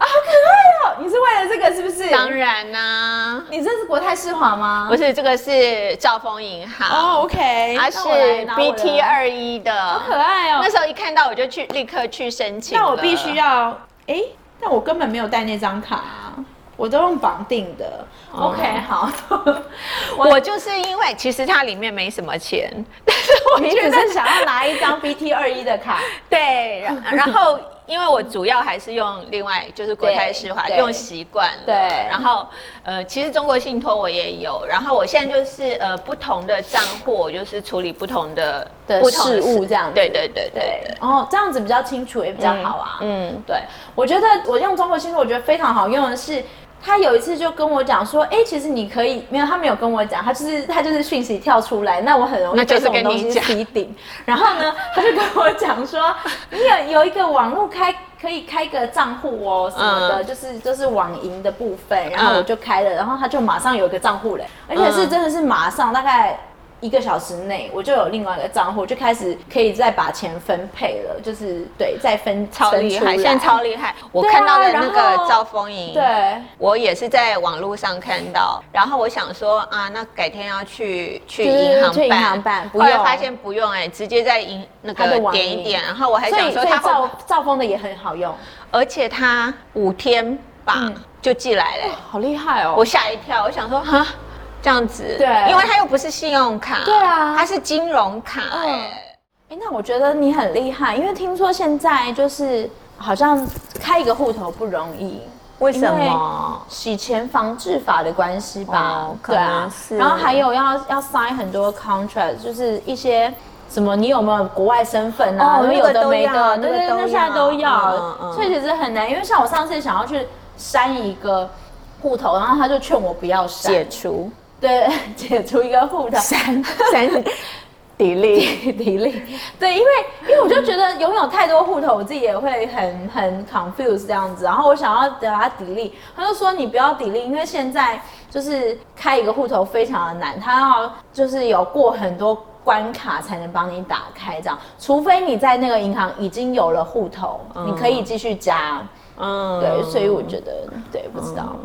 Speaker 2: 啊，好可爱哦！你是为了这个是不是？
Speaker 1: 当，然啊啦、
Speaker 2: 你这是国泰世华吗
Speaker 1: 不？是，这个是兆丰银行，
Speaker 2: 哦，OK，
Speaker 1: 它
Speaker 2: 那
Speaker 1: 是
Speaker 2: 我来拿我的
Speaker 1: BT 二一的
Speaker 2: 好。可爱哦。
Speaker 1: 那时候一看到我就去立刻去申请了，
Speaker 2: 那我必须要，哎、但我根本没有带那张卡、啊，我都用绑定的。OK，好，哦
Speaker 1: 我。我就是因为其实它里面没什么钱，但是我
Speaker 2: 你
Speaker 1: 觉
Speaker 2: 只
Speaker 1: 得
Speaker 2: 是想要拿一张 BT 二一的卡，
Speaker 1: 对，然 然后因为我主要还是用另外就是国泰世华
Speaker 2: 对
Speaker 1: 用习惯了
Speaker 2: 对
Speaker 1: 然后呃其实中国信托我也有，然后我现在就是呃不同的账户我就是处理不同的
Speaker 2: 的
Speaker 1: 不同
Speaker 2: 事物这样子
Speaker 1: 对对对对
Speaker 2: 对，哦，这样子比较清楚也比较好啊。
Speaker 1: 嗯，
Speaker 2: 对，我觉得我用中国信托，我觉得非常好用的是，他有一次就跟我讲说，哎、其实你可以，没有，他没有跟我讲，他就是他就是讯息跳出来，那我很容易
Speaker 1: 那就
Speaker 2: 被
Speaker 1: 是
Speaker 2: 这种
Speaker 1: 跟
Speaker 2: 东
Speaker 1: 你
Speaker 2: 西
Speaker 1: 讲
Speaker 2: 吸顶。然后呢，他就跟我讲说，你有有一个网络开可以开个账户哦什么的，
Speaker 1: 嗯
Speaker 2: 就是就是网银的部分，然后我
Speaker 1: 嗯
Speaker 2: 就开了，然后他就马上有一个账户嘞，而且是
Speaker 1: 嗯
Speaker 2: 真的是马上大概。一个小时内，我就有另外一个账户，就开始可以再把钱分配了，就是对，再分
Speaker 1: 超厉害，现在超厉害，我
Speaker 2: 对啊
Speaker 1: 看到了那
Speaker 2: 然后
Speaker 1: 个赵丰盈，
Speaker 2: 对，
Speaker 1: 我也是在网络上看到，然后我想说啊，那改天要去去
Speaker 2: 就是
Speaker 1: 银行
Speaker 2: 去
Speaker 1: 办，
Speaker 2: 银行办不
Speaker 1: 后来
Speaker 2: 用
Speaker 1: 发现不用哎、直接在银那
Speaker 2: 它的
Speaker 1: 个
Speaker 2: 网
Speaker 1: 点一
Speaker 2: 银
Speaker 1: 点，然后我还
Speaker 2: 所
Speaker 1: 想
Speaker 2: 以
Speaker 1: 说
Speaker 2: 所以
Speaker 1: 他会
Speaker 2: 赵赵峰的也很好用，
Speaker 1: 而且他五天吧、
Speaker 2: 嗯
Speaker 1: 就寄来了欸、
Speaker 2: 好厉害哦
Speaker 1: 我吓一跳，我想说哈这样子，
Speaker 2: 对
Speaker 1: 因为他又不是信用卡，
Speaker 2: 对啊
Speaker 1: 他是金融卡、
Speaker 2: 嗯
Speaker 1: 欸，
Speaker 2: 哎，那我觉得你很厉害，因为听说现在就是好像开一个户头不容易，
Speaker 1: 为
Speaker 2: 什么？洗钱防治法的关系吧，
Speaker 1: 哦可
Speaker 2: 对啊
Speaker 1: 能是
Speaker 2: 然后还有要要 sign 很多 contract，就是一些。什么？你有没有国外身份啊？
Speaker 1: 哦
Speaker 2: 然后
Speaker 1: 那
Speaker 2: 有
Speaker 1: 个
Speaker 2: 的
Speaker 1: 都
Speaker 2: 没
Speaker 1: 要
Speaker 2: 的，对对，
Speaker 1: 那个
Speaker 2: 那
Speaker 1: 都
Speaker 2: 现在都
Speaker 1: 要
Speaker 2: 要，
Speaker 1: 嗯嗯
Speaker 2: 所以其实很难。因为像我上次想要去删一个户头，然后他就劝我不要删，
Speaker 1: 解除
Speaker 2: 对， 解除一个户 头，
Speaker 1: 三三 比例，
Speaker 2: 体力。对，因为因为我就觉得拥有太多户头，我自己也会很很 confused 这样子。然后我想要把它抵力，他就说你不要抵力，因为现在就是开一个户头非常的难，他要就是有过很多。关卡才能帮你打开，这样，除非你在那个银行已经有了户头，你可以继续加。
Speaker 1: 嗯，
Speaker 2: 对，所以我觉得，对，不知道，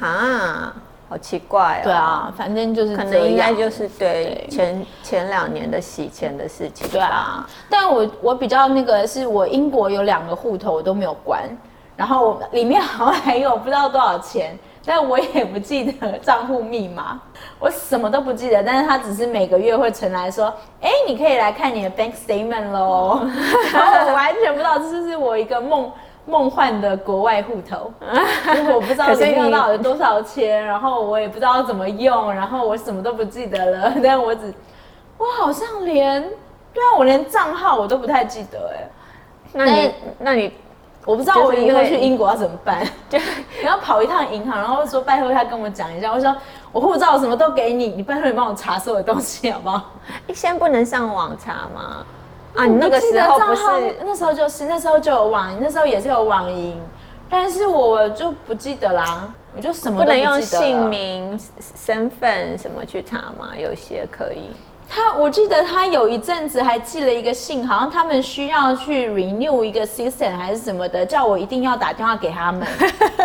Speaker 1: 啊，好奇怪哦，
Speaker 2: 对啊，反正就是
Speaker 1: 可能
Speaker 2: 这
Speaker 1: 应该
Speaker 2: 样
Speaker 1: 就是对
Speaker 2: 对
Speaker 1: 前前两年的洗钱的事情吧。
Speaker 2: 对啊，但我我比较那个是我英国有两个户头我都没有关，然后里面好像还有不知道多少钱，但我也不记得账户密码，我什么都不记得。但是他只是每个月会存来说，哎、你可以来看你的 bank statement 喽。然后我完全不知道这是我一个梦。梦幻的国外户头，就是我不知道
Speaker 1: 可是
Speaker 2: 里面
Speaker 1: 你
Speaker 2: 到底有多少钱，然后我也不知道怎么用，然后我什么都不记得了，但我只我好像连，对啊，我连账号我都不太记得哎、
Speaker 1: 那你那你哎
Speaker 2: 我不知道
Speaker 1: 就是
Speaker 2: 我以
Speaker 1: 因
Speaker 2: 后
Speaker 1: 为
Speaker 2: 去英国要怎么办，就然后跑一趟银行，然后说拜托他跟我讲一下，我说我护照什么都给你，你拜托你帮我查所有东西好不好？
Speaker 1: 诶现在不能上网查吗？啊，你那个
Speaker 2: 我记
Speaker 1: 时
Speaker 2: 得
Speaker 1: 候
Speaker 2: 账
Speaker 1: 不
Speaker 2: 号
Speaker 1: 是
Speaker 2: 那时候就是那时候就有网，那时候也是有网银，但是我就不记得啦，我就什么
Speaker 1: 不
Speaker 2: 都
Speaker 1: 能
Speaker 2: 记得
Speaker 1: 用姓
Speaker 2: 了。
Speaker 1: 名、 身份什么去查吗？有些可以。
Speaker 2: 他我记得他有一阵子还寄了一个信，好像他们需要去 renew 一个 system 还是什么的，叫我一定要打电话给他 们。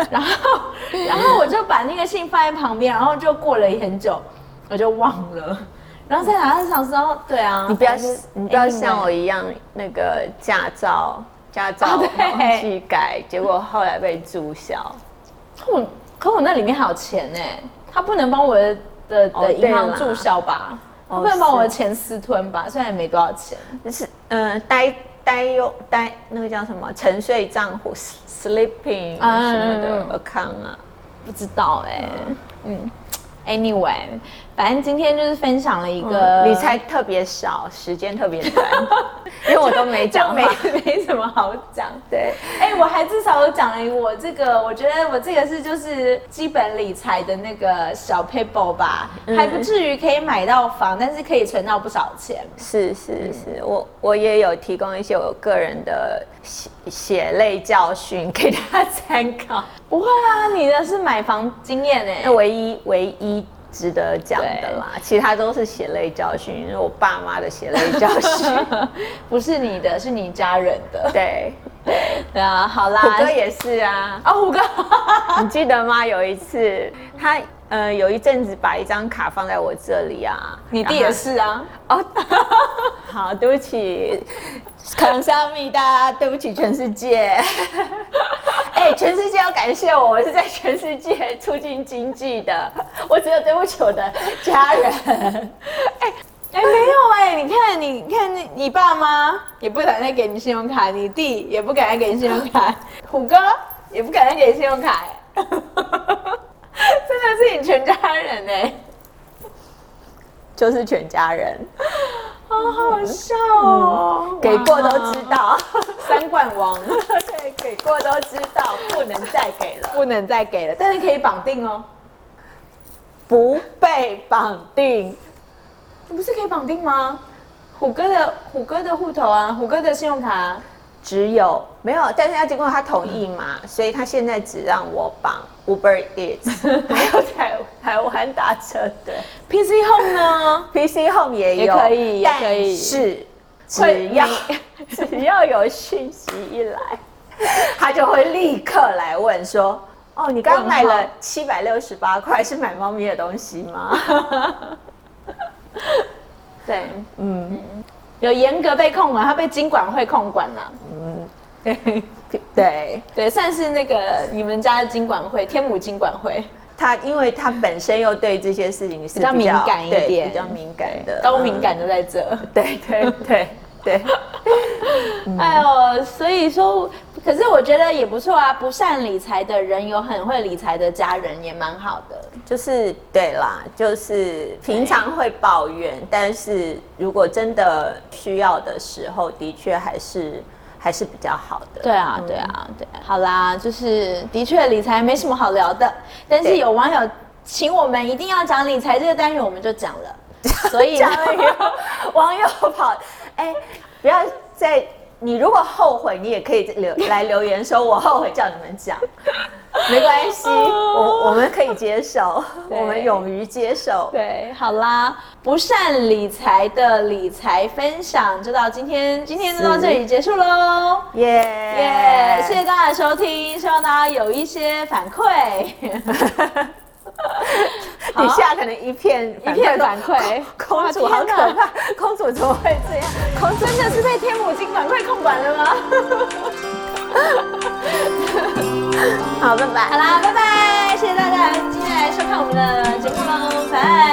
Speaker 2: 然后，然后我就把那个信放在旁边，然后就过了很久，我就忘了。然后再拿到想说，对啊，
Speaker 1: 你不要
Speaker 2: 还是，哎
Speaker 1: 你不要
Speaker 2: anyway
Speaker 1: 像我一样那个驾照，驾照
Speaker 2: 哦对
Speaker 1: 忘记改，结果后来被注销。
Speaker 2: 可我可我那里面还有钱呢、他不能帮我的的
Speaker 1: 哦
Speaker 2: 的银
Speaker 1: 对
Speaker 2: 行
Speaker 1: 啦
Speaker 2: 注销吧？他
Speaker 1: 哦
Speaker 2: 不能把
Speaker 1: 是
Speaker 2: 我的钱私吞吧？虽然也没多少钱，
Speaker 1: 就是嗯、呃呆呆用呆那个叫什么沉睡账户 sleeping
Speaker 2: 啊
Speaker 1: 什么
Speaker 2: 嗯
Speaker 1: 的 account 啊，
Speaker 2: 不知道哎、嗯，anyway，反正今天就是分享了一个、
Speaker 1: 嗯理财特别少，时间特别短， 因为我都没
Speaker 2: 就
Speaker 1: 讲
Speaker 2: 没
Speaker 1: 嘛。
Speaker 2: 没什么好讲。
Speaker 1: 对，
Speaker 2: 哎、我还至少有讲了我这个，我觉得我这个是就是基本理财的那个小 paper 吧，还不至于可以买到房，但是可以存到不少钱。
Speaker 1: 是是是，我我也有提供一些我个人的血血泪教训给大家参考。
Speaker 2: 不会啊，你的是买房经验哎、
Speaker 1: 那唯一唯一值得讲的啦，其他都是血泪教训，因为我爸妈的血泪教 训。
Speaker 2: 不是你的，是你家人的。
Speaker 1: 对，
Speaker 2: 对啊，好啦，
Speaker 1: 虎哥也是啊，
Speaker 2: 啊，虎哥，
Speaker 1: 你记得吗？有一次他呃有一阵子把一张卡放在我这里啊，
Speaker 2: 你弟
Speaker 1: 然
Speaker 2: 也
Speaker 1: 后
Speaker 2: 是啊。
Speaker 1: 哦，好，对不 起，康萨米达，对不起全世界。 哎、全世界要感谢我，我是在全世界促进经济的，我只有对不起我的家人。
Speaker 2: 哎、没有哎、你看，你你看，你你爸妈也不敢再给你信用卡，你弟也不敢再给你信用 卡，虎哥也不敢再给你信用卡、哎真的是你全家人哎、
Speaker 1: 就是全家人，
Speaker 2: 好好笑哦、
Speaker 1: 给过都知
Speaker 2: 哇
Speaker 1: 道，
Speaker 2: 三冠 王
Speaker 1: 对，给过都知道，不能再给了，
Speaker 2: 不能再给了，但是可以绑定哦、
Speaker 1: 不被绑定。
Speaker 2: 你不是可以绑定吗？虎哥的虎哥的户头啊，虎哥的信用卡、 啊，
Speaker 1: 只有没有，但是要经过他同意嘛，
Speaker 2: 嗯
Speaker 1: 所以他现在只让我绑 Uber Eats，还有台台湾打车的
Speaker 2: PC Home 呢？
Speaker 1: PC Home 也有，
Speaker 2: 也可以也
Speaker 1: 但
Speaker 2: 可以
Speaker 1: 是
Speaker 2: 会
Speaker 1: 只要只要有讯息一来，他就会立刻来问说。哦，你刚刚买
Speaker 2: 问
Speaker 1: 了
Speaker 2: 号
Speaker 1: 七百六十八块，是买猫咪的东西吗？
Speaker 2: 对，嗯，有严格被控管，他被经管会控管了、嗯
Speaker 1: 对
Speaker 2: 对，算是那个你们家的经管会，天母经管会
Speaker 1: 他，因为他本身又对这些事情是
Speaker 2: 比
Speaker 1: 比较
Speaker 2: 较敏感一
Speaker 1: 对
Speaker 2: 点，
Speaker 1: 比较敏感的，
Speaker 2: 高敏感
Speaker 1: 嗯，
Speaker 2: 都在这。
Speaker 1: 对对对对。
Speaker 2: 哎呦，所以说，可是我觉得也不错啊，不善理财的人有很会理财的家人，也蛮好的。
Speaker 1: 就是对啦，就是平常会抱怨，但是如果真的需要的时候，的确还是还是比较好的。
Speaker 2: 对啊，对啊，对啊好啦，就是的确理财没什么好聊的，但是
Speaker 1: 对
Speaker 2: 有网友请我们一定要讲理财这个单元，我们就讲 了。所以呢
Speaker 1: 讲了以 后，网友跑，哎、不要再，你如果后悔，你也可以 留来留言说，我后悔叫你们讲，没关 系，我我们可以接受，
Speaker 2: 哦对
Speaker 1: 我们勇于接受。
Speaker 2: 对，好啦，不善理财的理财分享就到今天，今天就到这里结束喽。
Speaker 1: 耶
Speaker 2: 耶、谢谢大家的收听，希望大家有一些反馈，
Speaker 1: 底下可能一片
Speaker 2: 一片反 馈。
Speaker 1: 公
Speaker 2: 哇
Speaker 1: 主好
Speaker 2: 天
Speaker 1: 可
Speaker 2: 哪
Speaker 1: 怕，公主怎么会这样？
Speaker 2: 哦，真的是被天母金管会控管了 吗？
Speaker 1: 好，拜拜
Speaker 2: 好。啦，拜拜，谢谢大家今天来收看我们的节目喽，拜拜。